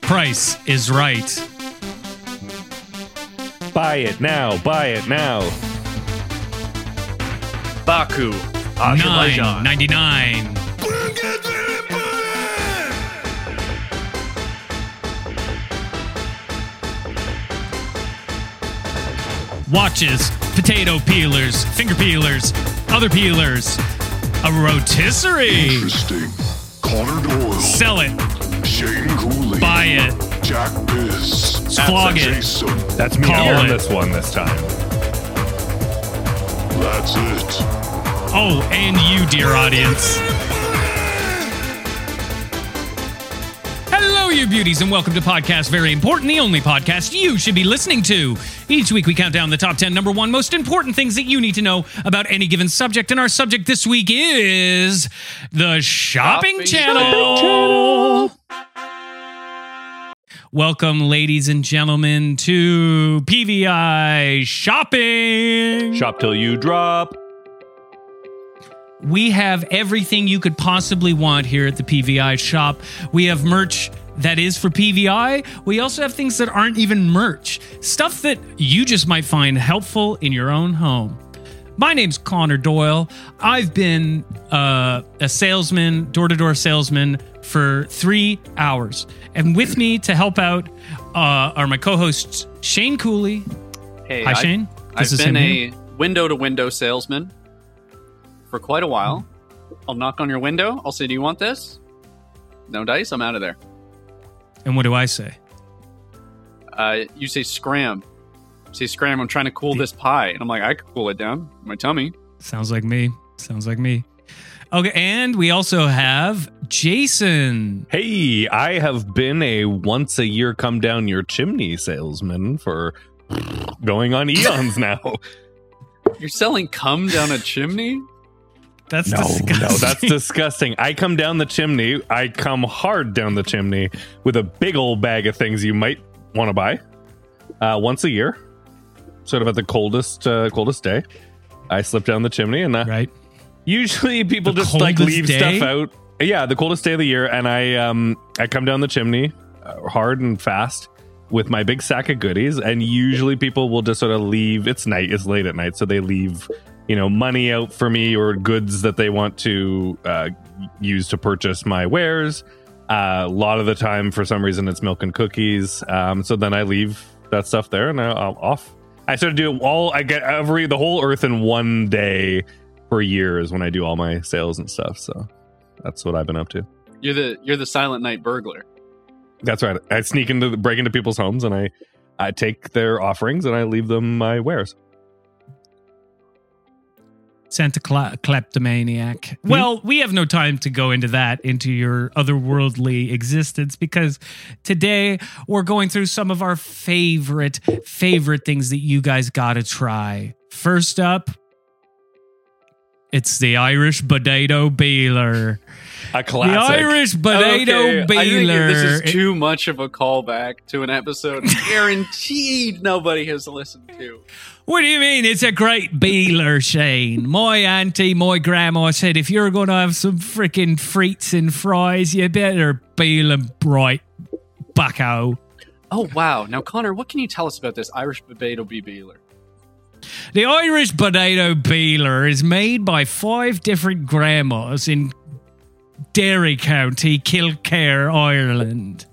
price is right. Buy it now. Buy it now. Baku, Uh, Azerbaijan. Nine ninety nine. Watches, potato peelers, finger peelers, other peelers, a rotisserie. Interesting. Connor Doyle, Sell it, Shane Cooley, buy it, Jack Biz, flog it. Jason. That's me. Call I won it. this one this time. That's it. Oh, and you, dear audience. Hello, you beauties, and welcome to Podcast Very Important, the only podcast you should be listening to. Each week, we count down the top 10 number one most important things that you need to know about any given subject. And our subject this week is the shopping, Shopping channel. Welcome, ladies and gentlemen, to PVI Shopping. Shop till you drop. We have everything you could possibly want here at the PVI shop. We have merch that is for PVI. We also have things that aren't even merch, stuff that you just might find helpful in your own home. My name's Connor Doyle. I've been uh, a salesman, door to door salesman, for three hours. And with me to help out uh, are my co hosts, Shane Cooley. Hey, Hi, I- Shane. I've is been him here. a window to window salesman for quite a while. I'll knock on your window. I'll say, Do you want this? No dice. I'm out of there. And what do I say? Uh, you say, Scram. You say, Scram, I'm trying to cool this pie. And I'm like, I could cool it down. with My tummy. Sounds like me. Sounds like me. Okay, and we also have Jason. Hey, I have been a once a year come down your chimney salesman for going on eons now. You're selling cum down a chimney? That's no, disgusting. no, that's disgusting. I come down the chimney. I come hard down the chimney with a big old bag of things you might want to buy uh, once a year, sort of at the coldest uh, coldest day. I slip down the chimney and uh, right. Usually people The just like coldest leave day? stuff out. Yeah, the coldest day of the year, and I um I come down the chimney uh, hard and fast with my big sack of goodies, and usually people will just sort of leave. It's night, it's late at night, so they leave you know money out for me or goods that they want to uh, use to purchase my wares. Uh, a lot of the time, for some reason, it's milk and cookies. Um, so then I leave that stuff there and I, I'm off. I sort of do all I get every the whole earth in one day per year is when I do all my sales and stuff. So that's what I've been up to. You're the you're the silent night burglar. That's right. I sneak into the, break into people's homes and I I take their offerings and I leave them my wares. Santa Cla- kleptomaniac. Well, we have no time to go into that, into your otherworldly existence, because today we're going through some of our favorite, favorite things that you guys gotta try. First up, it's the Irish potato peeler. A The classic. Irish potato Okay, peeler. I think this is too much of a callback to an episode guaranteed nobody has listened to. What do you mean? It's a great beeler, Shane. My auntie, my grandma said, if you're going to have some frickin' frites and fries, you better beel 'em bright, bucko. Oh wow! Now Connor, what can you tell us about this Irish potato bee beeler? The Irish potato peeler is made by five different grandmas in Derry County, Kilcare, Ireland.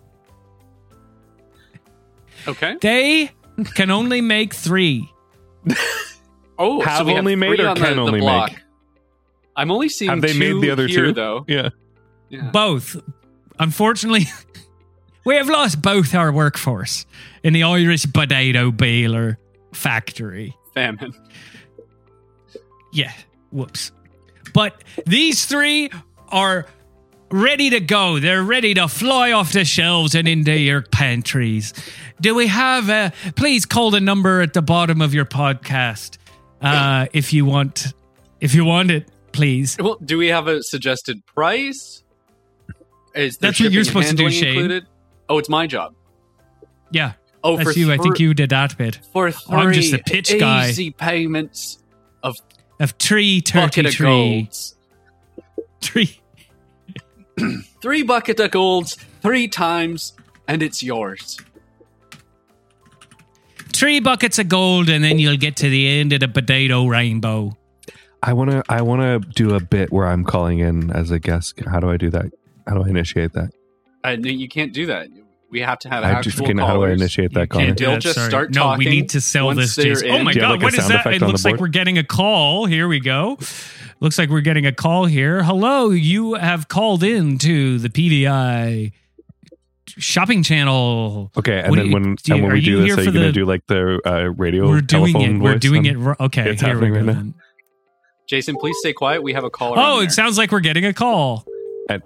Okay. They can only make three. Oh, Have so we only made three or on can the, only the block. make? I'm only seeing Have they two made the other here, two? though. Yeah. Yeah. Both. Unfortunately, we have lost both our workforce in the Irish potato baler factory. Famine. Yeah, whoops. But these three are ready to go. They're ready to fly off the shelves and into your pantries. Do we have a. Please call the number at the bottom of your podcast uh, if you want. If you want it, please. Well, do we have a suggested price? Is there That's what you're shipping and supposed to do, handling Shane. Included? Oh, it's my job. Yeah, Oh, that's for you. I thr- think you did that bit. for I'm just three a pitch guy. Easy payments Of three bucket of thirty-three, golds. three Three bucket of golds, three times and it's yours. Three buckets of gold, and then you'll get to the end of the potato rainbow. I want to. I want to do a bit where I'm calling in as a guest. How do I do that? How do I initiate that? Uh, no, you can't do that. We have to have I actual just can't. How do I callers. initiate that Can't comment? do They'll that, just sorry. start No, we talking need to sell once this. Jason. they're Oh in. my Do you have, god, like, a what is sound that? effect It on the looks like board? we're getting a call. Here we go. Looks like we're getting a call here. Hello, you have called in to the PVI shopping channel. Okay, and What do then you- when do you- and when are we you do this, here are you for going to the- do like the uh, radio? we're doing telephone it. We're voice Um, doing on- it. ro- Okay, It's here we happening go. right now. then. Jason, please stay quiet. We have a caller. on Oh, there. it sounds like we're getting a call. And-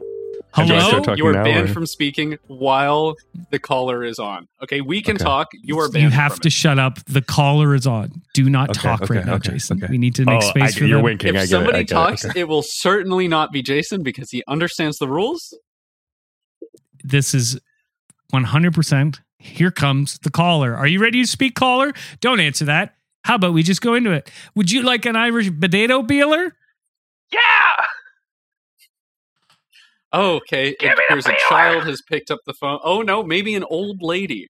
and do I Hello. start talking You are now, banned or- from speaking while the caller is on. Okay, we can Okay. talk. You are banned. You have to shut up. The caller is on. Do not Okay, talk okay, right now, okay, Jason. okay. We need to Oh, make I, space for you're them. winking. I get If somebody it. I get talks, it. it, Okay. will certainly not be Jason because he understands the rules. this is 100%. Here comes the caller. Are you ready to speak, caller? Don't answer that. How about we just go into it? Would you like an Irish potato peeler? Oh, okay. It appears a child has picked up the phone. Oh no, maybe an old lady.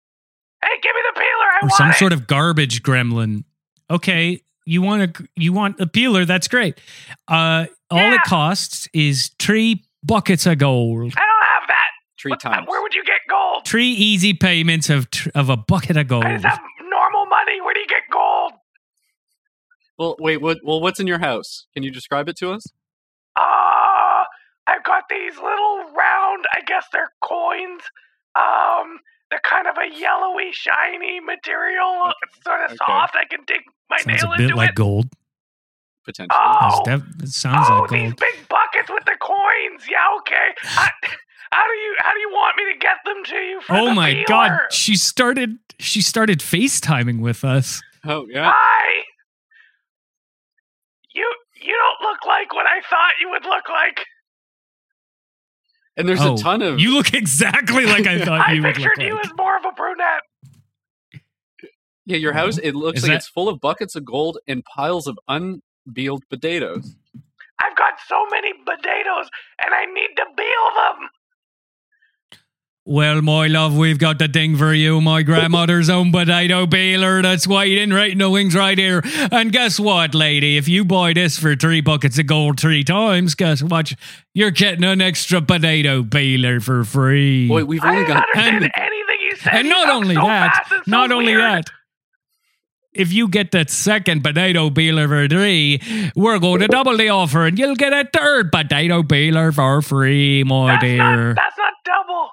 Or some sort of garbage gremlin. Okay, you want a you want a peeler? That's great. Uh, all it costs is three buckets of gold. Three times. Where would you get gold? Three easy payments of tr- of a bucket of gold. I just have normal money. Where do you get gold? Well, wait. What, well, what's in your house? Can you describe it to us? Uh, I've got these little round, I guess they're coins. Um, they're kind of a yellowy, shiny material. It's sort of Okay. soft. I can dig my Oh, Sounds nail a bit into like it. gold. Potentially. Oh. That's def- that sounds oh, like these gold. big buckets with the coins. Yeah, okay. I, how do you how do you want me to get them to you? For Oh the my peeler? god, she started she started FaceTiming with us. Oh yeah. Hi. You you don't look like what I thought you would look like. And there's Oh, a ton of You look exactly like I thought I you would pictured look you like. as more of a brunette. yeah. Your house. It looks Is like that- it's full of buckets of gold and piles of unpeeled potatoes. I've got so many potatoes, and I need to peel them. Well, my love, we've got the thing for you, my grandmother's own potato peeler. That's waiting right in the wings right here. And guess what, lady? If you buy this for three buckets of gold three times, guess what? You're getting an extra potato peeler for free. Boy, we've I only didn't got understand and- anything you said. and You not talk only so that, fast and so not only weird. that, if you get that second potato peeler for three, we're going to double the offer and you'll get a third potato peeler for free, my that's dear. not that's not double.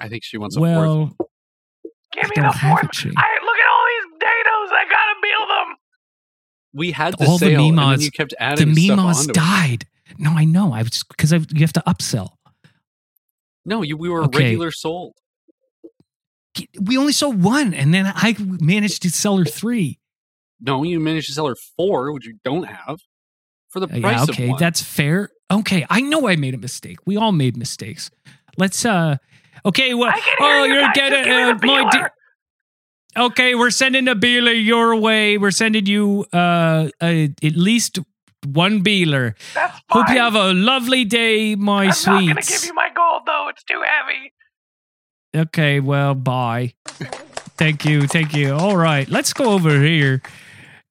I think she wants a fourth. well, Give me don't the have fourth. it, Jake. I look at all these potatoes. I gotta peel them. We had the all the sale, and then Mimas- you kept the adding stuff Mimas onto it. died. No, I know. I was because you have to upsell. No, you, we were Okay. regular sold. We only sold one, and then I managed to sell her three. No, you managed to sell her four, which you don't have, for the Uh, price yeah, of okay, one. that's fair. Okay, I know I made a mistake. We all made mistakes. Let's uh okay, well I can hear oh you you're guys. getting Just give me uh, the my peeler. de- Okay, we're sending a beeler your way. We're sending you uh a, at least one beeler. That's fine. Hope you have a lovely day, my I'm not gonna sweets. give you my gold though. It's too heavy. Okay, well, bye. thank you, thank you. All right, let's go over here.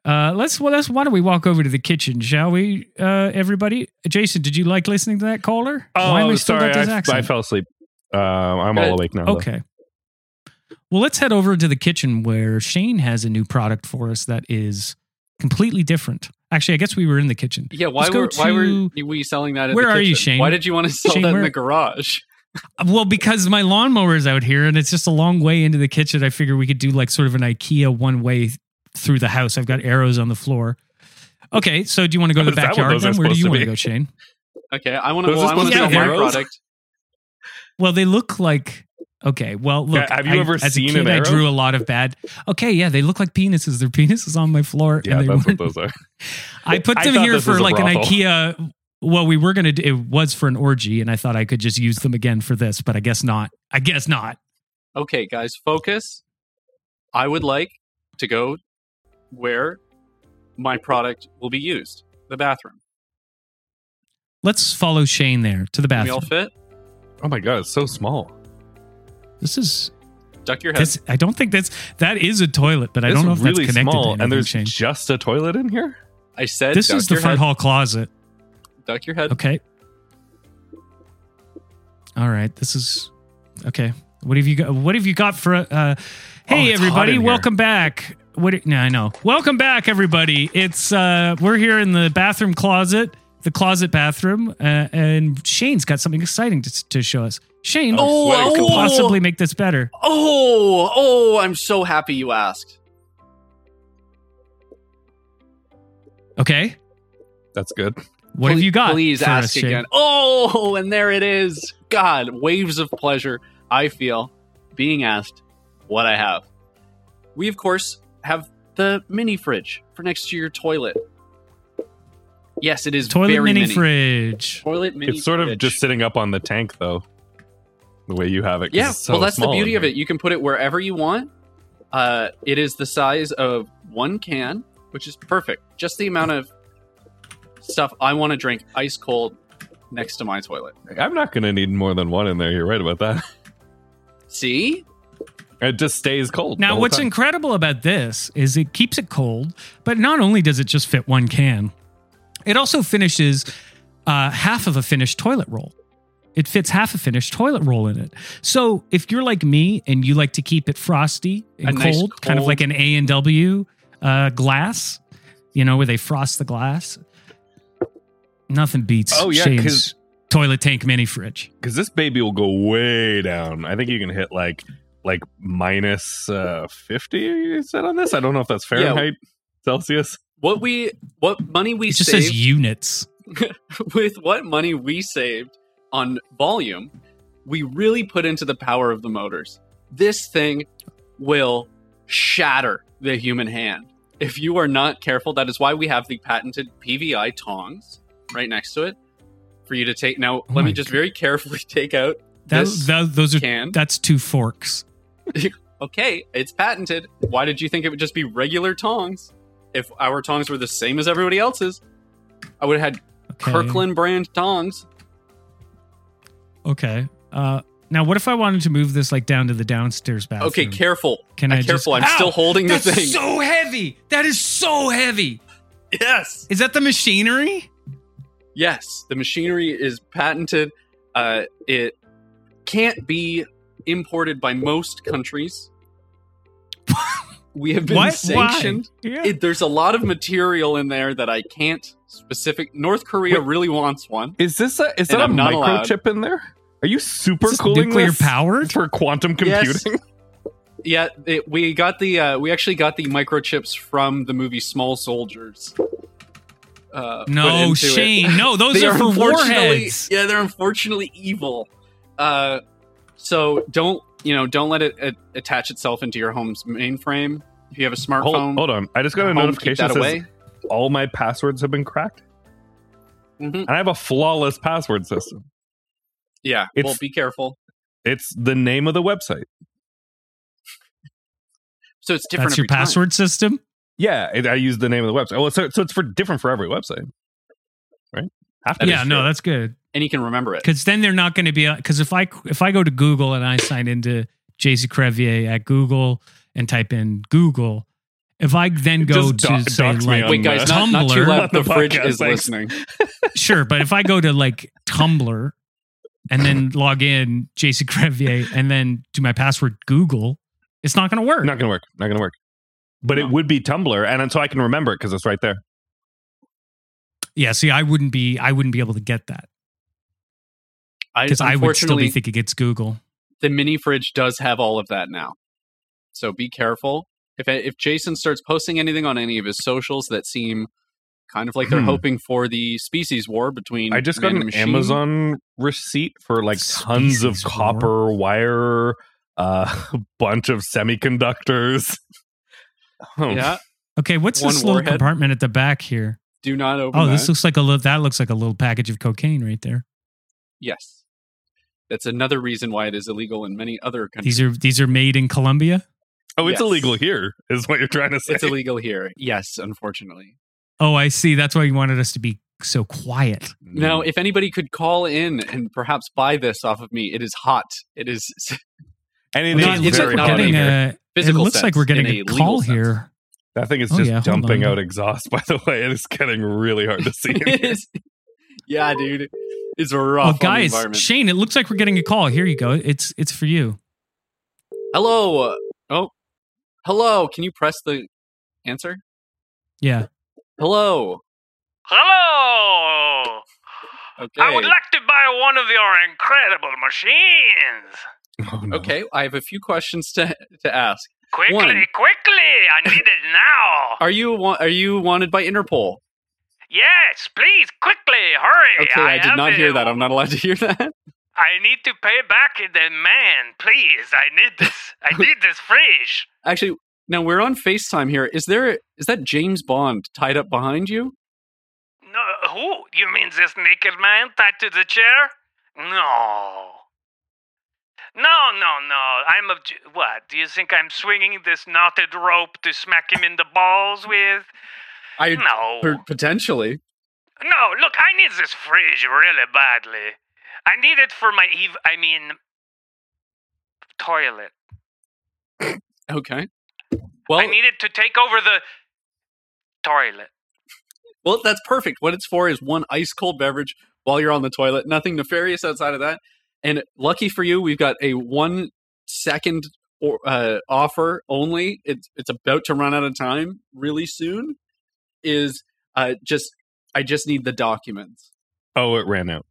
Uh, let's well, let's why don't we walk over to the kitchen, shall we? Uh, everybody, Jason, did you like listening to that caller? why Oh, we sorry. I, I fell asleep. Um, I'm all Uh, awake now. though. Okay. Well, let's head over to the kitchen where Shane has a new product for us that is completely different. Actually, I guess we were in the kitchen. yeah, why let's go were why were to- we selling that? At Where the are you, kitchen? Shane? Why did you want to sell Shane, that in where- the garage? Well, because my lawnmower's out here and it's just a long way into the kitchen, I figure we could do like sort of an IKEA one way through the house. I've got arrows on the floor. Okay, so do you want to go to Is the that what backyard those are then? Where do supposed you to want to be? go, Shane? Okay, I want to. Those Well, are I want to supposed to sell be my arrows? product. Well, they look like okay. Well, look. Yeah, have you I- ever as seen a kid, an I arrow? drew a lot of bad. Okay, yeah, they look like penises. Their penises on my floor. Yeah, and they that's weren't- what those are. I put I them thought here this was for a like an brothel. IKEA. Well, we were gonna. do- It was for an orgy, and I thought I could just use them again for this, but I guess not. I guess not. Okay, guys, focus. I would like to go where my product will be used. The bathroom. Let's follow Shane there to the We all bathroom. fit. Oh my god, it's so small. This is Duck your head. this. I don't think that's that is a toilet, but I It's don't know if really that's connected. to small, anything, and there's Shane. just a toilet in here. I said this duck is the your front head. hall closet. Duck your head. Okay. All right. This is okay. What have you got? What have you got for? Uh, hey, Oh, it's hot in everybody! here. Welcome back. What? No, I know. Welcome back, everybody. It's uh, we're here in the bathroom closet, the closet bathroom, uh, and Shane's got something exciting to, to show us. Shane, Oh, what could oh. possibly make this better? Oh, oh, I'm so happy you asked. Okay. That's good. What have Please- you got? Please for ask us, Shane? again. Oh, and there it is. God, waves of pleasure I feel being asked what I have. We, of course, have the mini fridge for next to your toilet. Yes, it is Toilet very mini, mini. fridge. Toilet mini. it's sort of fridge. just sitting up on the tank, though. The way you have it. 'cause Yeah, it's so well, that's the small in beauty of here. it. You can put it wherever you want. Uh, it is the size of one can, which is perfect. Just the amount of stuff I want to drink ice cold next to my toilet. I'm not going to need more than one in there. You're right about that. See? It just stays cold. the Now, whole what's time. incredible about this is it keeps it cold, but not only does it just fit one can, it also finishes uh, half of a finished toilet roll. It fits half a finished toilet roll in it. So if you're like me and you like to keep it frosty and A cold, nice kind of cold- like an A and W uh, glass, you know, where they frost the glass, nothing beats Oh, yeah, 'cause- Shane's toilet tank mini fridge. because this baby will go way down. I think you can hit like like minus uh, fifty. You said on this. I don't know if that's Yeah. Fahrenheit, Celsius. What we what money we It just saved says units. with what money we saved on volume, we really put into the power of the motors. This thing will shatter the human hand if you are not careful. That is why we have the patented PVI tongs right next to it for you to take. Now, Oh let my me just very carefully take out That, This tho- those are can. that's two forks. okay, it's patented. Why did you think it would just be regular tongs? If our tongs were the same as everybody else's, I would have had Okay. Kirkland brand tongs. Okay. Uh, now, what if I wanted to move this like down to the downstairs bathroom? Okay, careful. Can I careful? just- I'm still Ow! holding the thing. so heavy. That is so heavy. yes, Is that the machinery? yes. The machinery is patented. Uh, it can't be imported by most countries. we have been What? sanctioned. Why? Yeah. It, there's a lot of material in there that I can't specific. North Korea really wants one. Is this a is that And a I'm not allowed. microchip in there? Are you super Is this cooling nuclear this powered? for quantum Yes. computing? Yeah, it, we got the uh, we actually got the microchips from the movie Small Soldiers. Uh, put into No, it. Shane. No, those They are, for unfortunately- warheads. Yeah, they're unfortunately evil. Uh, so don't you know? Don't let it, uh attach itself into your home's mainframe. If you have a Hold, smartphone, hold on, I just got a home, keep notification that that says away. all my passwords have been cracked, Mhm. and I have a flawless password system. Yeah, It's- well, be careful. It's the name of the website. So it's different. That's your every time. password system. Yeah, it, I use the name of the website. Well, so, so it's for different for every website, right? Have to be yeah, sure. no, that's good. and you can remember it. Because then they're not going to be because if I if I go to Google and I sign into JC Crevier at Google and type in Google, if I then It go just to do- say docs me like on Wait, guys, not, not too Tumblr. loud. The, The fridge podcast, is thanks. listening. sure, but if I go to like Tumblr and then log in JC Crevier and then do my password Google, it's not going to work. Not gonna work. Not gonna work. But No. it would be Tumblr, and so I can remember it because it's right there. Yeah, see, I wouldn't be, I wouldn't be able to get that because I would still unfortunately- be thinking it's Google. the mini fridge does have all of that now. So be careful. If if Jason starts posting anything on any of his socials that seem kind of like they're Hmm. hoping for the species war between I just got man and an machine, Amazon receipt for like tons of Species war. copper wire, uh, a bunch of semiconductors. Oh, Yeah, Okay, what's One this little warhead. compartment at the back here? do not open. Oh, this that. looks like a little. That looks like a little package of cocaine right there. yes. That's another reason why it is illegal in many other countries. These are these are made in Colombia. oh, it's Yes. illegal here, is what you're trying to say. it's illegal here. Yes, unfortunately. Oh, I see. That's why you wanted us to be so quiet. Hmm. Now, if anybody could call in and perhaps buy this off of me, it is hot. It is and it Well, is no, it's very like hot in getting here. a, it physical. looks sense, like we're getting in a, legal call sense. here. That thing is Oh, just yeah, hold on. dumping out exhaust, by the way. It is getting really hard to see. in It here. is- yeah, dude, it's a rough Oh, on the guys, environment. Shane, it looks like we're getting a call. Here you go. It's it's for you. hello. Oh, hello. Can you press the answer? Yeah. Hello. Hello! Okay. I would like to buy one of your incredible machines. Oh, no. okay. I have a few questions to to ask. Quickly, One. quickly! I need it now. Are you wa- are you wanted by Interpol? Yes, please, quickly, hurry! Okay, I, did have not it. hear that. I'm not allowed to hear that. I need to pay back the man, please. I need this. I need this fridge. Actually, now we're on FaceTime here. Is there is that James Bond tied up behind you? No, who? You mean this naked man tied to the chair? No. No, no, no. I'm of. What? Do you think I'm swinging this knotted rope to smack him in the balls with? I No. p- potentially. No, look, I need this fridge really badly. I need it for my eve. I mean, toilet. Okay. Well, I need it to take over the toilet. Well, that's perfect. What it's for is one ice cold beverage while you're on the toilet. Nothing nefarious outside of that. And lucky for you, we've got a one second or, uh, offer only. It's it's about to run out of time really soon. Is uh, just I just need the documents. Oh, it ran out.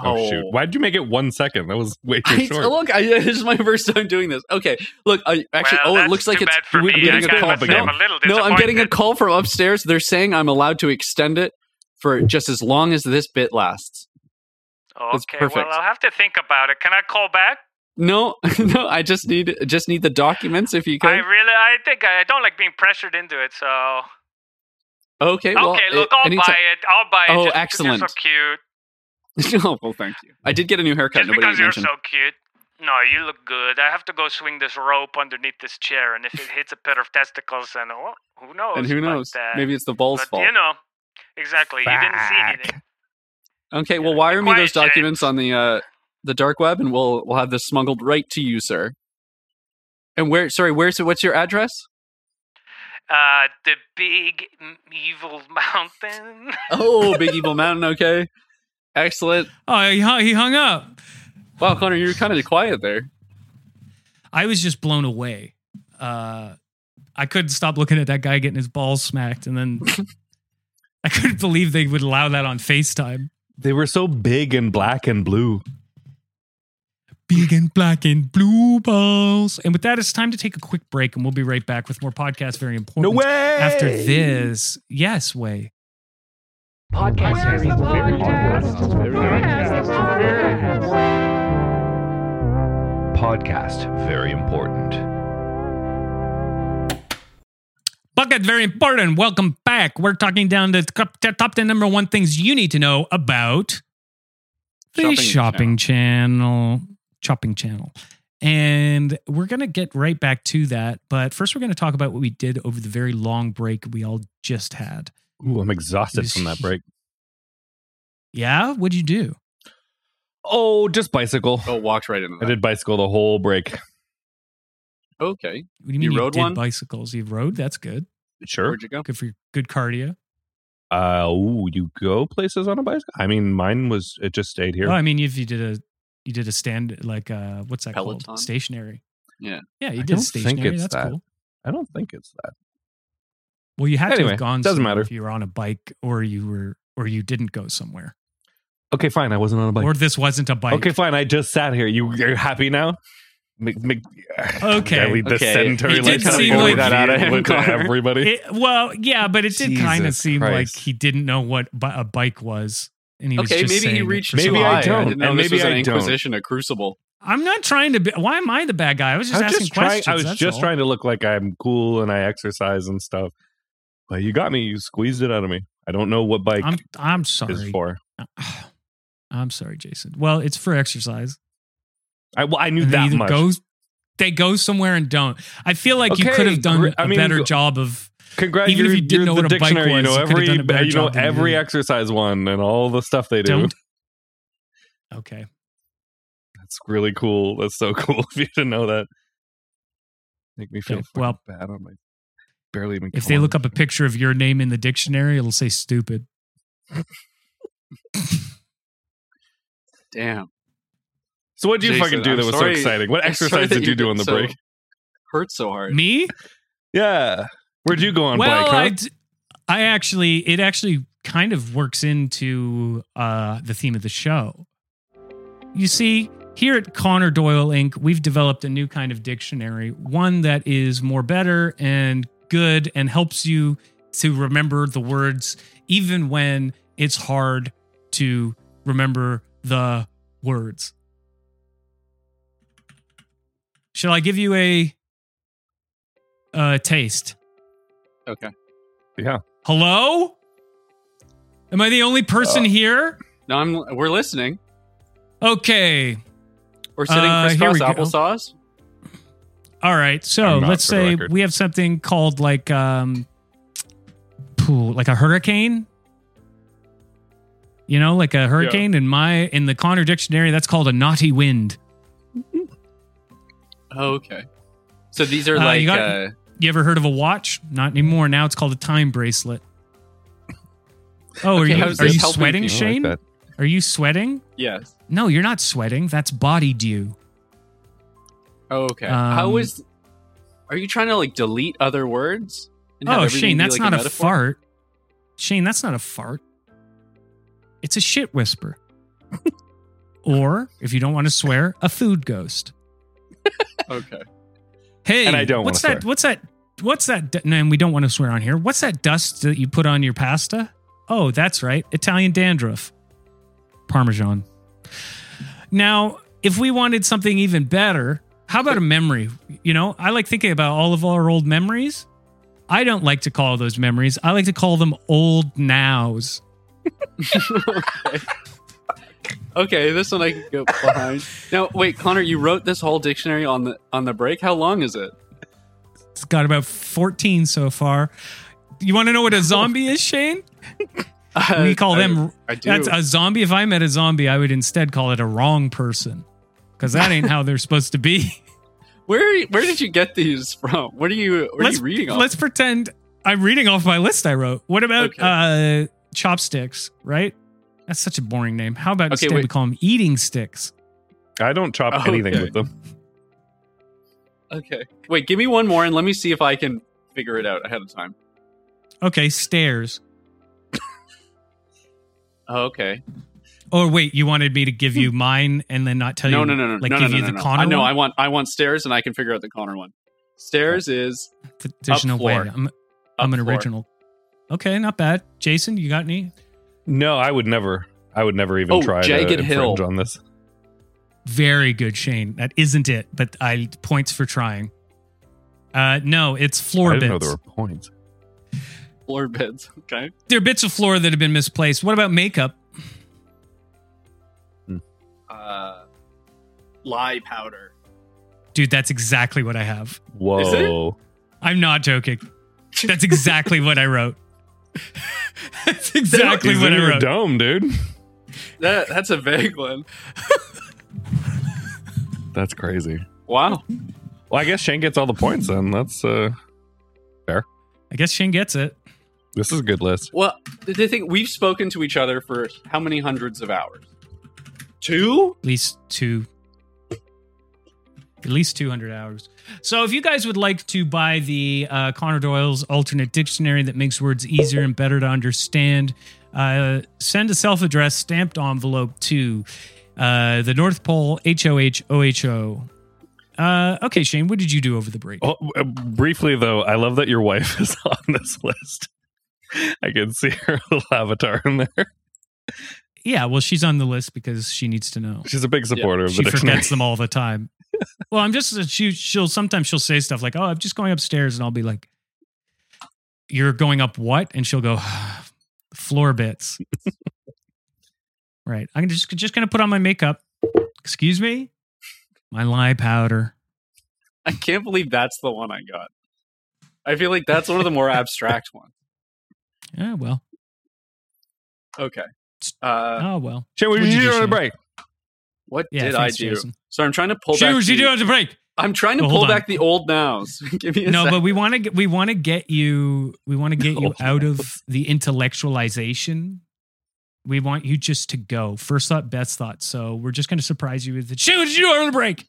Oh, shoot! Why'd you make it one second? That was way too I, short. look, I, this is my first time doing this. Okay, look, I, actually, well, oh, it that's looks like too it's bad for we're me. getting I a gotta call up say again. I'm a little No, I'm getting a disappointed. call from upstairs. They're saying I'm allowed to extend it for just as long as this bit lasts. It's Okay, perfect. well, I'll have to think about it. Can I call back? No, no, I just need just need the documents if you I could. really, I think I, I don't like being pressured into it. So okay, well, okay, look, i I'll buy it. I'll buy it. Oh, just because excellent. You're so cute. oh, well, thank you. I did get a new haircut. just nobody because you're mentioned. so cute. No, you look good. I have to go swing this rope underneath this chair, and if it hits a pair of testicles, and oh, who knows? and who about knows? that. Maybe it's the balls' uh, but, fault. You know, exactly. You didn't see Back. anything. okay, well, wire me Quiet, those documents on the uh, the dark web, and we'll we'll have this smuggled right to you, sir. And where? Sorry, where's what's your address? Uh, the big m- evil mountain. Oh, Big Evil Mountain. Okay, excellent. Oh, he hung, he hung up. Wow, Connor, you're kind of quiet there. I was just blown away. Uh, I couldn't stop looking at that guy getting his balls smacked, and then I couldn't believe they would allow that on FaceTime. they were so big and black and blue. Big and black and blue balls. And with that, it's time to take a quick break, and we'll be right back with more podcasts. Very important. No way! After this, yes, way. podcast very important Bucket, very important. Welcome back. We're talking down to top to top 10 number one things you need to know about the shopping, Shopping channel. Shopping channel. And we're going to get right back to that. But first, we're going to talk about what we did over the very long break we all just had. Ooh, I'm exhausted from that break. Yeah? What'd you do? Oh, just bicycle. Oh, walked right into I that. did bicycle the whole break. Okay, What do you mean you, rode did one? bicycles? You rode? That's good. Sure. where'd you go? Good for your good cardio. Uh, ooh, you go places on a bicycle? I mean, mine was it just stayed here. Well, I mean, if you did a you did a stand like uh what's that Peloton? called? Stationary. Yeah. Yeah, you I did don't think stationary. it's That's that. cool. I don't think it's that. Well, you had to Anyway, have gone. doesn't somewhere matter. if you were on a bike or you were or you didn't go somewhere Okay, fine. I wasn't on a bike. or this wasn't a bike. Okay, fine. I just sat here. You you're happy now? Mc, Mc, Uh, Okay. I lead this Okay. sedentary It life. did Kinda seem bully like- that out of him, to Connor. everybody. It- well, yeah, but it did kind of Jesus seem Christ. like he didn't know what bi- a bike was, and he was Okay, just maybe he saying it reached. for some Maybe I high. reason. don't, didn't know and this maybe was an I don't. Inquisition, a crucible. I'm not trying to. be Why am I the bad guy? I was just I was asking just trying. questions. I was that's just all. trying to look like I'm cool and I exercise and stuff. But you got me. You squeezed it out of me. I don't know what bike I'm I'm is sorry. for. I'm sorry, Jason. Well, it's for exercise. I well, I knew And they that either much. go- they go somewhere and don't. I feel like you Okay, could have done gr- I a mean, better go- job of Congrats! Even if you're- you didn't you're know the what a bike dictionary, was, you you know could've every done a better you know job than you every did. exercise one and all the stuff they do. Don't. Okay. That's really cool. That's so cool if you didn't know that. Make me feel Okay, fucking well, bad on my barely even. If they look up a picture of your name in the dictionary, it'll say stupid. Damn. so what did you Jason, fucking do I'm that was sorry- so exciting? What I'm sorry exercise that did you do on the so- break? Hurt so hard. Me? Yeah, where'd you go on well, bike? Huh? I, d- I actually, it actually kind of works into uh, the theme of the show. You see, here at Connor Doyle Inc., we've developed a new kind of dictionary, one that is more better and good and helps you to remember the words even when it's hard to remember the words. Shall I give you a, a taste? Okay. Hello? Am I the only person here? No, I'm. We're listening. Okay. We're sitting Uh, here crisscross we go. applesauce. All right. So I'm not let's for the say record. we have something called like um phew, like a hurricane. You know, like a hurricane in my in the Connor dictionary, that's called a naughty wind. Oh, okay. So these are Uh, like. you got- uh, You ever heard of a watch? Not anymore. Now it's called a time bracelet. Oh, Okay, are you, how's are this you helping sweating, you? I like Shane? that. are you sweating? yes. No, you're not sweating. That's body dew. Oh, okay. Um, How is? Are you trying to like delete other words? and have Oh, everything Shane, be, that's like, not a, metaphor? fart. Shane, that's not a fart. It's a shit whisper. or, if you don't want to swear, a food ghost. Okay. Hey, And I don't wanna what's that? swear. What's that? What's that? du- No, and we don't want to swear on here. What's that dust that you put on your pasta? Oh, that's right, Italian dandruff, Parmesan. Now, if we wanted something even better, how about a memory? You know, I like thinking about all of our old memories. I don't like to call those memories. I like to call them old nows. Okay, this one I can go behind. now, wait, Connor, you wrote this whole dictionary on the on the break. How long is it? It's got about 14 so far. You want to know what a zombie is, Shane? We call Uh, I- them I do. That's a zombie. If I met a zombie, I would instead call it a wrong person because that ain't how they're supposed to be. where Where did you get these from? What are you What are let's you reading off? let's pretend I'm reading off my list I wrote. What about uh, chopsticks? Right? That's such a boring name. How about Okay, instead we wait. call them eating sticks? I don't chop Oh, anything okay. with them. Okay. Wait, give me one more and let me see if I can figure it out ahead of time. Okay, stairs. Oh, okay. Or Oh, wait, you wanted me to give you mine and then not tell Hmm. No, you? no, no, no, Like no, give no, you no, the no, no. Connor I know. one? I want. I want stairs, and I can figure out the Connor one. Stairs is Th- There's Up no floor. way. I'm, up I'm an floor. original. Okay, not bad. Jason, you got any? No, I would never. I would never even Oh, try Jagged to Hill. infringe on this. Very good, Shane. That isn't it, but I points for trying. Uh, no, it's floor I didn't know bits. there were points. Floor beds. Okay. There are bits of floor that have been misplaced. What about makeup? Uh, lie powder. Dude, that's exactly what I have. Whoa! I'm not joking. That's exactly what I wrote. that's exactly He's what in I your wrote. dome, dude. That, that's a vague one. That's crazy. Wow. Well, I guess Shane gets all the points then. That's uh, I guess Shane gets it. this is a good list. Well, the- the thing we've spoken to each other for how many hundreds of hours? Two. At least two at least 200 hours so if you guys would like to buy the uh, connor doyle's alternate dictionary that makes words easier and better to understand uh, send a self-addressed stamped envelope to uh, the north pole h-o-h-o-h-o uh, okay shane what did you do over the break Oh, uh, briefly though, I love that your wife is on this list. I can see her little avatar in there. yeah well she's on the list because she needs to know She's a big supporter of she the dictionary. forgets them all the time. well, I'm just she she'll sometimes she'll say stuff like, "Oh, I'm just going upstairs," and I'll be like, "You're going up what?" And she'll go, "Floor bits." right. I'm just just gonna put on my makeup. Excuse me, my lye powder. I can't believe that's the one I got. I feel like that's one of the more abstract ones. Yeah, well. Okay. Uh, Oh, well. Shane, what What'd did you you do, do on a Shane? break? what Yeah, did I thanks, do? Jason. So I'm trying to pull Shane, back. what the- you do on the break? I'm trying to Oh, pull hold on. back the old nows. Give me a No, second. but we want to get we want to get you we want to get you No. out of the intellectualization. We want you just to go. First thought, best thought. So we're just going to surprise you with the Shane, what did you do over the break?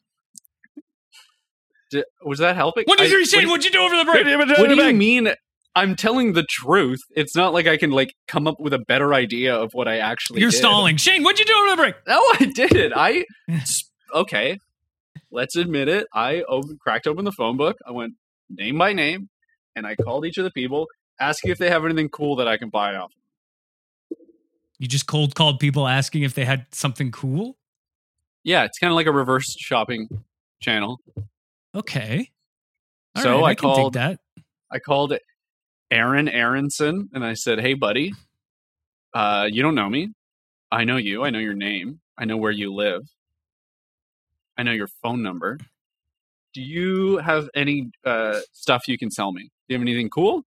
Di- was that helping? What did I- you Shane? What did you do over the break? What do you mean? I'm telling the truth. It's not like I can like come up with a better idea of what I actually. You're did. stalling. Shane, what did you do over the break? No, I did it. I s- okay. Let's admit it. I opened, cracked open the phone book. I went name by name, and I called each of the people, asking if they have anything cool that I can buy off. You just cold called people asking if they had something cool. Yeah, it's kind of like a reverse shopping channel. Okay. All So right, I can dig called- that. I called Aaron Aronson, and I said, "Hey, buddy, uh, you don't know me. I know you. I know your name. I know where you live. I know your phone number. Do you have any uh, stuff you can sell me? Do you have anything cool?"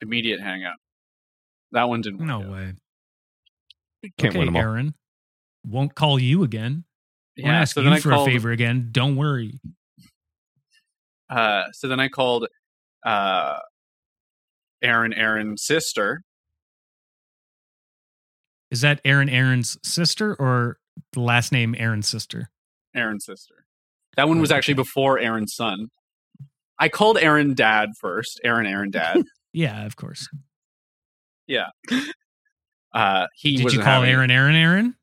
Immediate hang up. That one didn't. work No out. way. Can't okay, win them all. Aaron. Won't call you again. Won't Yeah. ask So you then I for called. a favor again. Don't worry. Uh, so then I called uh, Aaron Aaron's sister. Is that Aaron Aaron's sister or the last name Aaron's sister? Aaron's sister. That one was Okay. actually before Aaron's son. I called Aaron dad first. Aaron, Aaron dad. Yeah, of course. Uh, he Did was you call having- Aaron Aaron Aaron?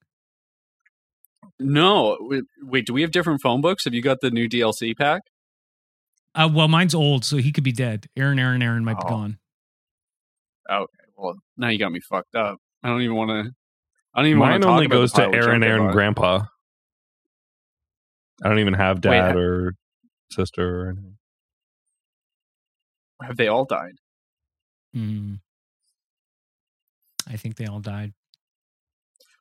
No. Wait, wait, do we have different phone books? Have you got the new DLC pack? Uh, well, mine's old, so he could be dead. Aaron Aaron Aaron might be Oh. gone. Well, now you got me fucked up. I don't even want to. I don't even want Mine to only goes to about the pilot, Aaron, which I Aaron, bought. Grandpa. I don't even have Wait, dad I- or sister or anything. Have they all died? Hmm. I think they all died.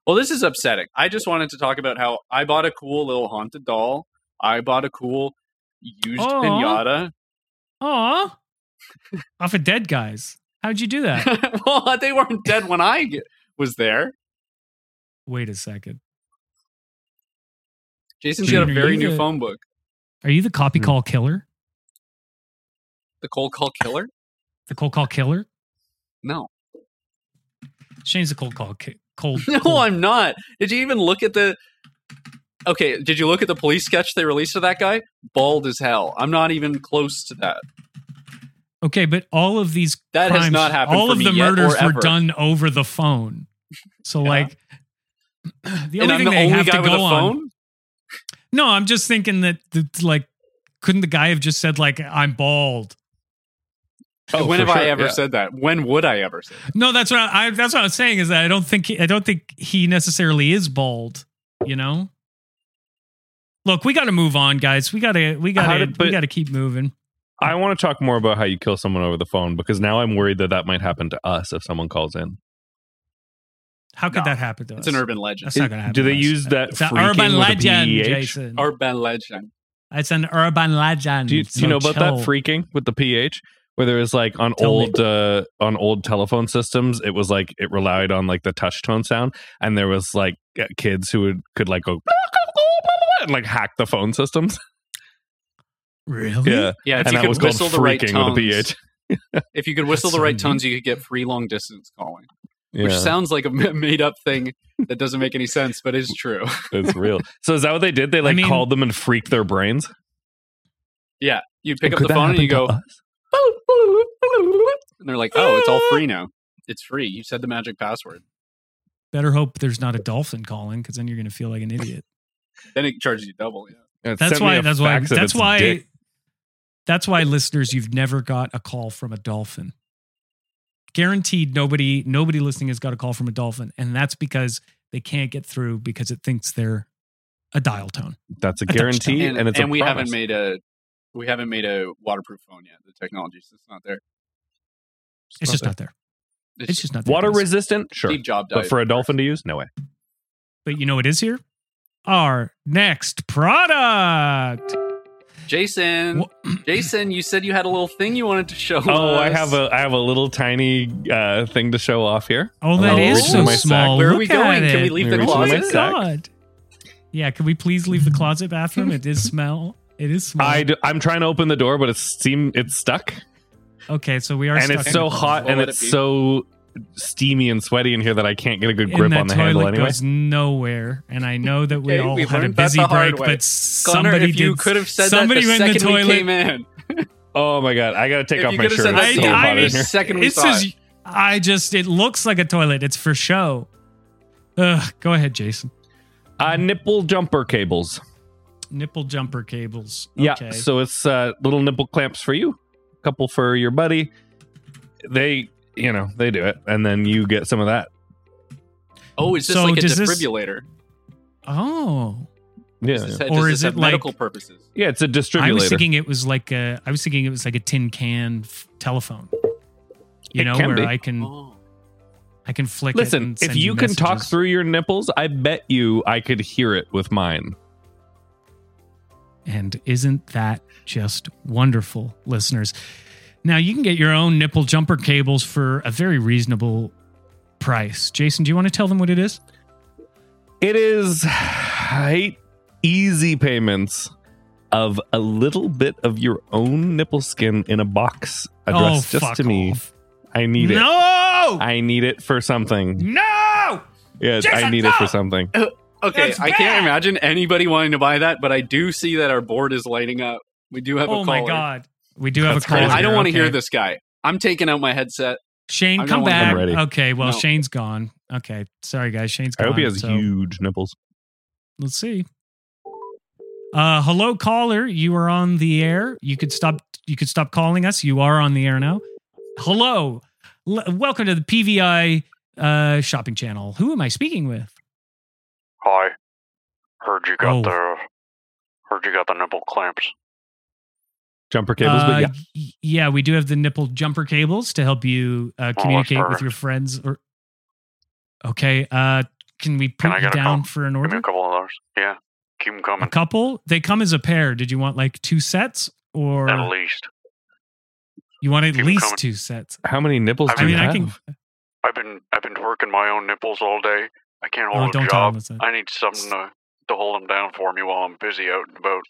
Well, this is upsetting. I just wanted to talk about how I bought a cool little haunted doll. I bought a cool used Aw. pinata. Aw. Off of dead guys. How'd you do that? well, they weren't dead when I get- was there. Wait a second. Jason's got a Junior, very you new the- phone book, Are you the copy Hmm. call killer? The Cold Call Killer. The cold call killer? No, Shane's the cold call ki- cold. no, cold- I'm not. Did you even look at the? Okay, did you look at the police sketch they released of that guy? Bald as hell. I'm not even close to that. Okay, but all of these That crimes, has not happened. all for of me the yet murders or were ever. done over the phone. So Yeah. like the And only I'm thing the they only have guy to with go a on. phone. No, I'm just thinking that, that like couldn't the guy have just said like I'm bald? when for have I sure, ever yeah. said that? When would I ever say? That? No, that's what I, I that's what I was saying is that I don't think he, I don't think he necessarily is bald, you know? Look, we got to move on, guys. We got to we got How to did- we but- got to keep moving. I want to talk more about how you kill someone over the phone because now I'm worried that that might happen to us if someone calls in. How could No, that happen to It's us? an urban legend. That's not going to happen. Do to they us. use that It's an freaking urban with a legend, E PH? Jason. Urban legend. It's an urban legend. Do you, do you so know about that chill. freaking with the pH? Where there was like on Tell me. old uh, on old telephone systems, it was like it relied on like the touch tone sound, and there was like uh, kids who would could like go and like hack the phone systems. Really? Yeah, Yeah, if and you that could was called whistle the right freaking tones. with a pH. If you could whistle That's the so right neat. tones, you could get free long distance calling, Yeah, which sounds like a made up thing that doesn't make any sense, but is true. it's real. So is that what they did? They like mean- called them and freaked their brains. Yeah, you pick And up could the that phone and you happen to go, us? and they're like, "Oh, it's all free now. It's free. You said the magic password." Better hope there's not a dolphin calling because then you're going to feel like an idiot. Then it charges you double. Yeah. It That's sent me why. a That's why. fax of That's its why. dick. That's why, listeners, you've never got a call from a dolphin. Guaranteed, nobody, nobody listening has got a call from a dolphin, and that's because they can't get through because it thinks they're a dial tone. That's a touch guarantee, and, and, it's a we promise. haven't made a we haven't made a waterproof phone yet. The technology's it's not there. It's just not there. It's, It's just not there, water guys. resistant. Sure, Steve Jobs died. but for a dolphin to use, no way. But you know what is here? Our next product. Jason, Jason, you said you had a little thing you wanted to show us. Oh, I have a I have a little tiny uh, thing to show off here. Oh, I'll that is reach into so my sack. small. Where are we Look at going? Can we it. leave Let the me reach into my closet? sack. God. Yeah, can we please leave the closet bathroom? It is smell. It is smell. I am trying to open the door, but it's seem it's stuck, okay, so we are and stuck it's in so the- hot What and would it's it be? so steamy and sweaty in here that I can't get a good and grip that on the toilet handle anyway. goes nowhere. And I know that we Okay, all we had a learned that busy the hard break, way. but Connor, somebody if you did- could have said somebody that the went second in the toilet. we came in. Oh my god, I gotta take If off you my could've shirt. said that It's so the hot in Irish- here. second we It's saw just- it. I just it looks like a toilet. It's for show. Ugh, go ahead, Jason. Uh, nipple jumper cables. Nipple jumper cables. Yeah. Okay. So it's uh, little nipple clamps for you, a couple for your buddy. They, you know, they do it, and then you get some of that. Oh, is this So like a does this- defibrillator? oh. Yeah. Does this, Yeah, have- Or does this is it have like- medical purposes? Yeah, it's a I was distributor. thinking it was like a I was thinking it was like a tin can f- telephone. You It know, can where be. I can Oh. I can flick it. Listen, and if send you can talk messages. through your nipples, I bet you I could hear it with mine. And isn't that just wonderful, listeners? Now you can get your own nipple jumper cables for a very reasonable price. Jason, do you want to tell them what it is? It is eight easy payments of a little bit of your own nipple skin in a box addressed oh, just fuck to me. off. I need it. No! I need it for something. no! Yeah, I Jason, need it no! for something. Okay, That's I bad. can't imagine anybody wanting to buy that, but I do see that our board is lighting up. We do have a Oh my caller. god. We do have That's a crazy. caller. Calling I don't want to hear okay. this guy. I'm taking out my headset. Shane, I'm come going. I'm back. ready. Okay, well, No. Shane's gone. Okay, sorry guys, Shane's I gone. hope he has so huge nipples. Let's see. Uh, hello, caller. You are on the air. You could stop. You could stop calling us. You are on the air now. Hello, L- welcome to the PVI uh, shopping channel. Who am I speaking with? Hi. Heard you got Oh. the heard you got the nipple clamps. Jumper cables, Uh, but yeah. y- yeah, we do have the nipple jumper cables to help you uh, that's communicate with perfect. your friends. Or okay, uh, can we put I you get a down couple? for an Give me order? a couple of those. Yeah. Keep them A coming. couple? They come as a pair. Did you want like two sets, At or least. you want at Keep 'em least coming. two sets? How many nipples do I you mean, have? I can. I've been I've been working my own nipples all day. I can't Oh, hold don't a tell him job. it's that. I need something to, to hold them down for me while I'm busy out and about.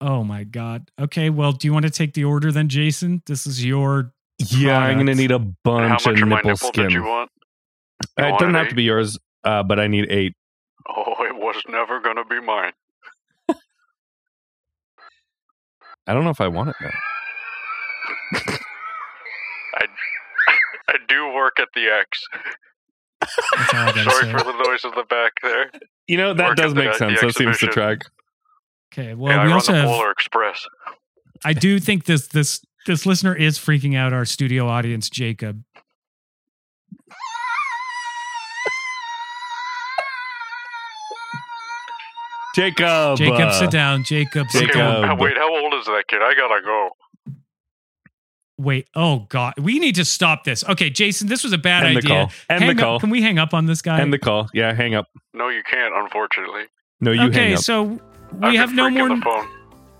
Oh my god. Okay, well, do you want to take the order then, Jason? This is your yeah, I'm going to products. need a And bunch how much of of my nipple nipple skin. did you want? Uh, You it doesn't wanted have to eight? be yours, uh, but I need eight. Oh, it was never gonna be mine. I don't know if I want it though. I I do work at the X. that's all I gotta Sorry say. for the noise in the back there. You know that Work does at the- make the sense. That seems to exhibition. track. Okay, well yeah, I we run also the have Polar Express. I do think this this this listener is freaking out our studio audience, Jacob. Jacob, Jacob, uh, sit down. Jacob, sit Jacob. down. How- wait, how old is that kid? I gotta go. Wait, oh god. We need to stop this. Okay, Jason, this was a bad End the idea. call. End Hang the up- call. Can we hang up on this guy? End the call. Yeah, hang up. No, you can't, unfortunately. No, you okay, hang up. so I've we been have no freaking more The phone.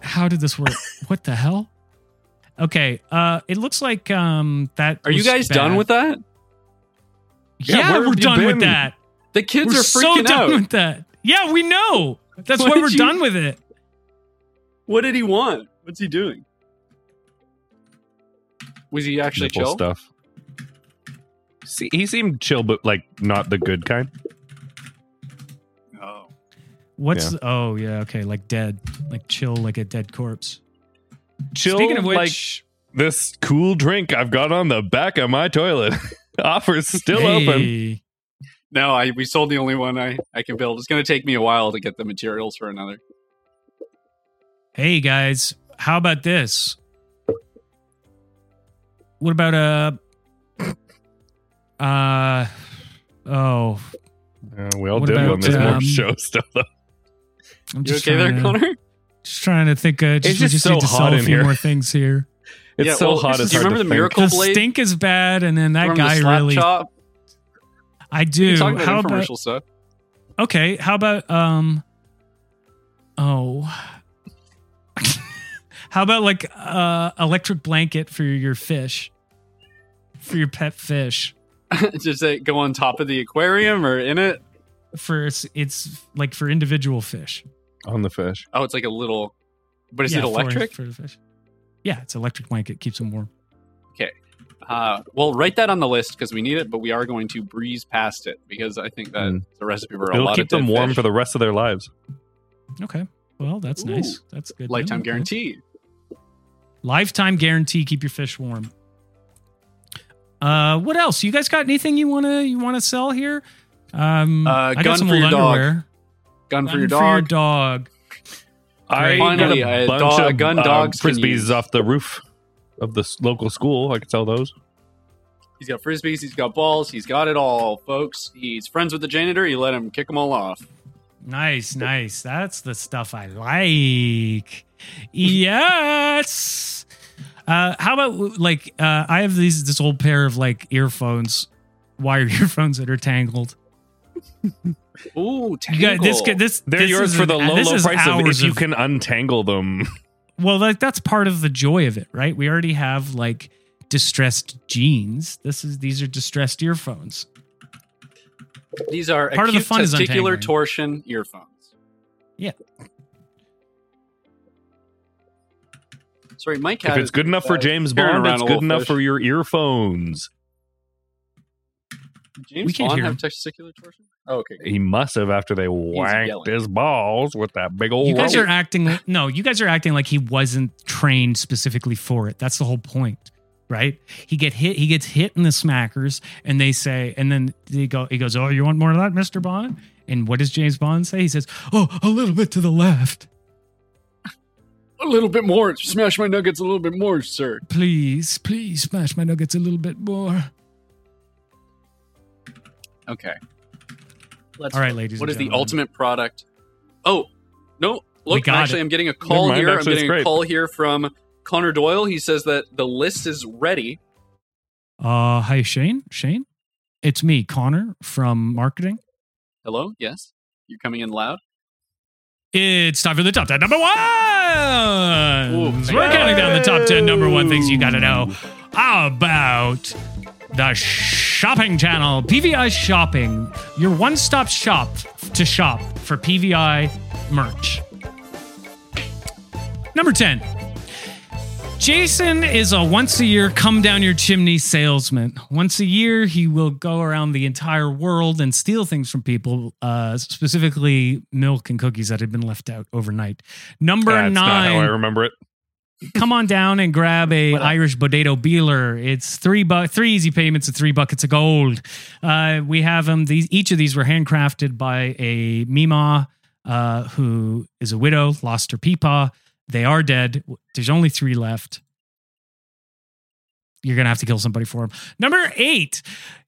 How did this work? what the hell? Okay, uh it looks like um that Are you was guys bad. done with that? Yeah, Yeah, where we're have you done been? with that. The kids we're are so freaking done out. with that. Yeah, we know. That's What why did we're you- done with it. What did he want? What's he doing? Was he actually Nipple chill? stuff. See, he seemed chill, but like not the good kind. Oh. What's oh yeah okay like dead like chill like a dead corpse. Chill, Speaking of like which, this cool drink I've got on the back of my toilet. Offers still open. hey, No, I we sold the only one I, I can build. It's gonna take me a while to get the materials for another. Hey guys, how about this? What about uh, uh oh Uh, we all What did about, one. There's more um, show stuff. though. I'm You just okay there, trying to, Connor? Just trying to think. Uh, just, It's we just just so need to hot solve a in few here. more things here. It's Yeah, so well, hot. do It's you hard to remember the think. Miracle the Blade? stink is bad, and then that Remember the guy slap really. chop? I We do. can talk about how infomercial about stuff. Okay, how about um oh How about like uh electric blanket for your fish? For your pet fish. Just say go on top of the aquarium or in it. For it's, it's like for individual fish. on the fish. Oh, it's like a little. But is Yeah, it for- electric? For, the fish. Yeah, it's electric blanket keeps them warm. Uh, well, write that on the list because we need it, but we are going to breeze past it because I think that's Mm. a recipe for a It'll lot keep of dead them warm fish. for the rest of their lives. Okay. Well, that's Ooh. nice. That's good. lifetime Okay. guarantee. Lifetime guarantee. Keep your fish warm. Uh, what else? You guys got anything you wanna you wanna sell here? Um, Uh, I gun got some for old your dog. underwear. Gun, for your Gun dog. dog. I Finally, got a a bunch dog- of gun uh, dogs can use. frisbees off the roof of the s- local school. I could sell those. He's got frisbees. He's got balls. He's got it all, folks. He's friends with the janitor. You let him kick them all off. Nice, nice. That's the stuff I like. Yes. Uh, how about like uh, I have these this old pair of like earphones, wire earphones that are tangled. Ooh, You got this. tangle. This They're this yours is for an- the low, this low is price of hours if you can untangle them. Well, like that's part of the joy of it, right? We already have like distressed jeans. This is these are distressed earphones. These are Part of the acute fun is testicular untangling. torsion earphones. Yeah. Sorry, my cat. if is- it's good enough for uh, James carrying Bond, around it's a good little enough fish. for your earphones. James We can't Bond hear have him. testicular torsion. Oh, okay. He must have after they yelling. whacked his balls with that big Oh, old. You guys rope. are acting like, no, you guys are acting like he wasn't trained specifically for it. That's the whole point, right? He get hit, he gets hit in the smackers, and they say, and then he go, he goes, oh, you want more of that, Mister Bond? And what does James Bond say? He says, oh, a little bit to the left, A little bit more. Smash my nuggets a little bit more, sir. please, please smash my nuggets a little bit more. Okay. Let's All right, ladies. What and is the gentlemen. ultimate product? Oh, no. We Look, got actually, it. I'm getting a call mind, here. I'm actually, it's getting a great. call here from Connor Doyle. He says that the list is ready. Uh, hi, Shane. Shane, it's me, Connor from marketing. Hello? Yes? You're coming in loud? It's time for the top 10 number ones. Ooh, We're thank counting down the top 10 number one things you got to know about the shopping channel, PVI Shopping, your one stop shop to shop for PVI merch. Number 10. Jason is a once a year come down your chimney salesman. Once a year, he will go around the entire world and steal things from people, uh, specifically milk and cookies that had been left out overnight. Number That's not how I nine, remember it. come on down and grab a Irish Bodato Beeler. It's three bu- three easy payments of three buckets of gold. Uh, we have them. These each of these were handcrafted by a Mima uh, who is a widow, lost her peepaw. They are dead. There's only three left. You're gonna have to kill somebody for them. Number eight.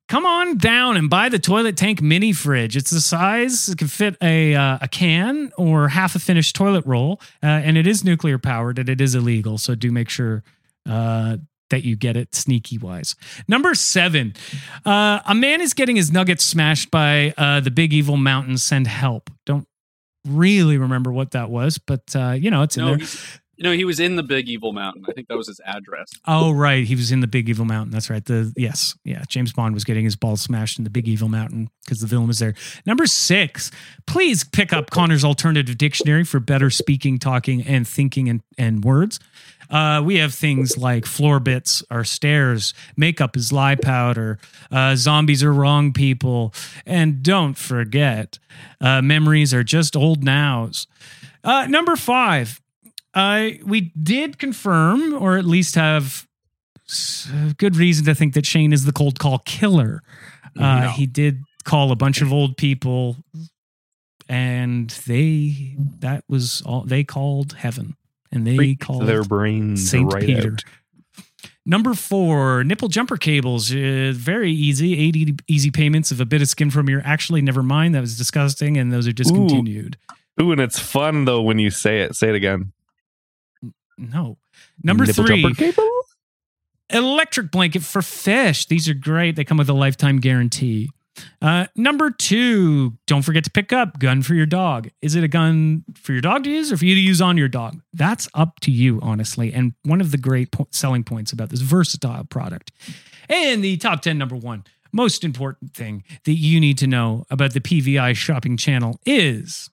Come on down and buy the toilet tank mini fridge. It's the size it can fit a uh, a can or half a finished toilet roll, uh, and it is nuclear powered and it is illegal. So do make sure uh, that you get it sneaky wise. Number seven, uh, a man is getting his nuggets smashed by uh, the big evil mountain. Send help. Don't really remember what that was, but uh, you know it's in No, there. he's- you know, he was in the Big Evil Mountain. I think that was his address. Oh right, he was in the Big Evil Mountain. That's right. The yes, yeah. James Bond was getting his balls smashed in the Big Evil Mountain because the villain was there. Number six, please pick up Connor's alternative dictionary for better speaking, talking, and thinking and and words. Uh, we have things like floor bits are stairs, makeup is lie powder, uh, zombies are wrong people, and don't forget, uh, memories are just old nows. Uh, number five, uh, we did confirm, or at least have s- good reason to think that Shane is the cold call killer. Uh, He did call a bunch of old people, and they that was all they called heaven, and they called Their brains Saint right Peter. out. Number four, nipple jumper cables. Uh, very easy. 80 easy payments of a bit of skin from your actually never mind. That was disgusting. And those are discontinued. Ooh, and it's fun though when you say it. Say it again. No. Number Nipple three, jumper cable? electric blanket for fish. These are great. They come with a lifetime guarantee. Uh, number two, don't forget to pick up gun for your dog. Is it a gun for your dog to use or for you to use on your dog? That's up to you, honestly. And one of the great po- selling points about this versatile product. And the top 10, number one, most important thing that you need to know about the PVI shopping channel is.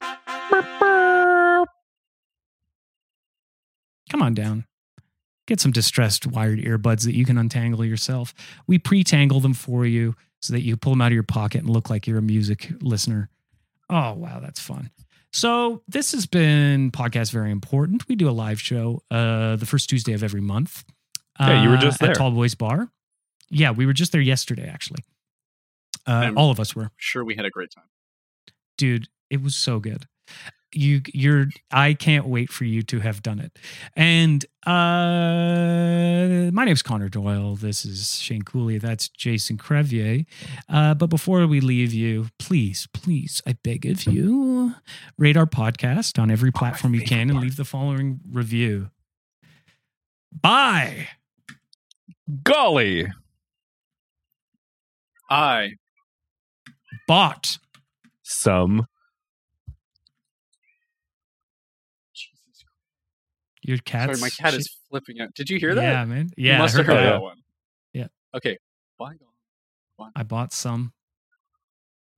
Come on down. Get some distressed wired earbuds that you can untangle yourself. We pre tangle them for you so that you pull them out of your pocket and look like you're a music listener. Oh, wow, that's fun. So, this has been Podcast Very Important. We do a live show uh, the first Tuesday of every month. Yeah, you were just uh, there. At Tall Boys Bar. Yeah, we were just there yesterday, actually. Uh, I'm- all of us were sure we had a great time. dude it was so good you you're i can't wait for you to have done it and uh my name's connor doyle this is shane cooley that's jason crevier uh but before we leave you please please i beg of you rate our podcast on Oh, every platform you can and leave the following review bye Golly. I bought Some. Jesus. your cat Sorry, my cat is flipping out. Did you hear that? yeah man You yeah I must have heard heard that. that one. Yeah. Okay. Bygone. i bought some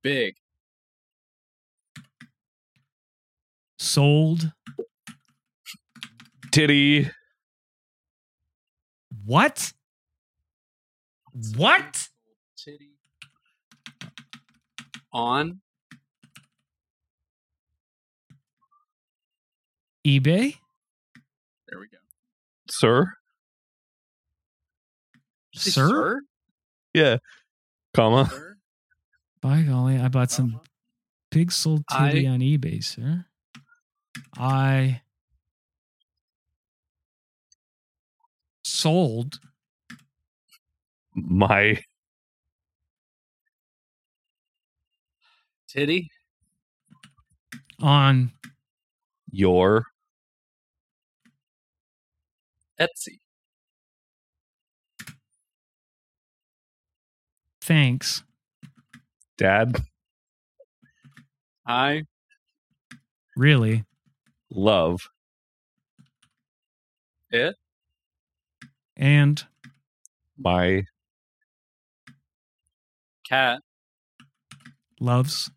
Big. sold Titty. What? What? Titty. On. eBay? There we go. Sir. Did you say Sir? Yeah. Comma. Sir? By golly, I bought some Uh-huh. big sold I- titty on eBay, sir. I sold My Titty. on your Etsy. thanks. dad I Really? love And my cat. loves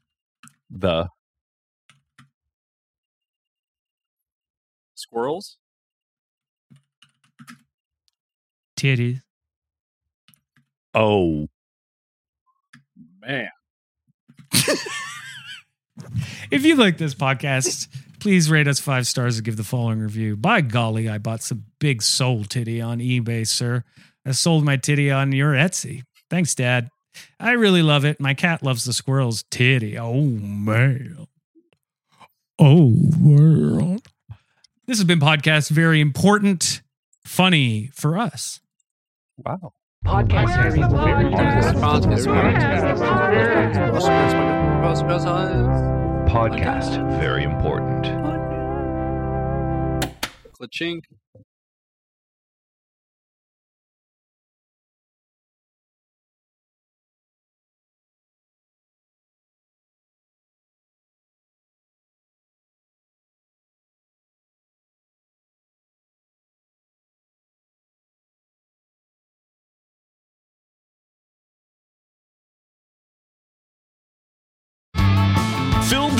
the Squirrels. titty. oh Man. If you like this podcast, please rate us five stars and give the following review. By golly, I bought some big sold titty on eBay, sir. I sold my titty on your Etsy. Thanks, Dad. I really love it. My cat loves the squirrel's titty. Oh, man. Oh, world. This has been podcast very important, funny for us. wow. Podcast. Podcast very important. Clutching. Filmed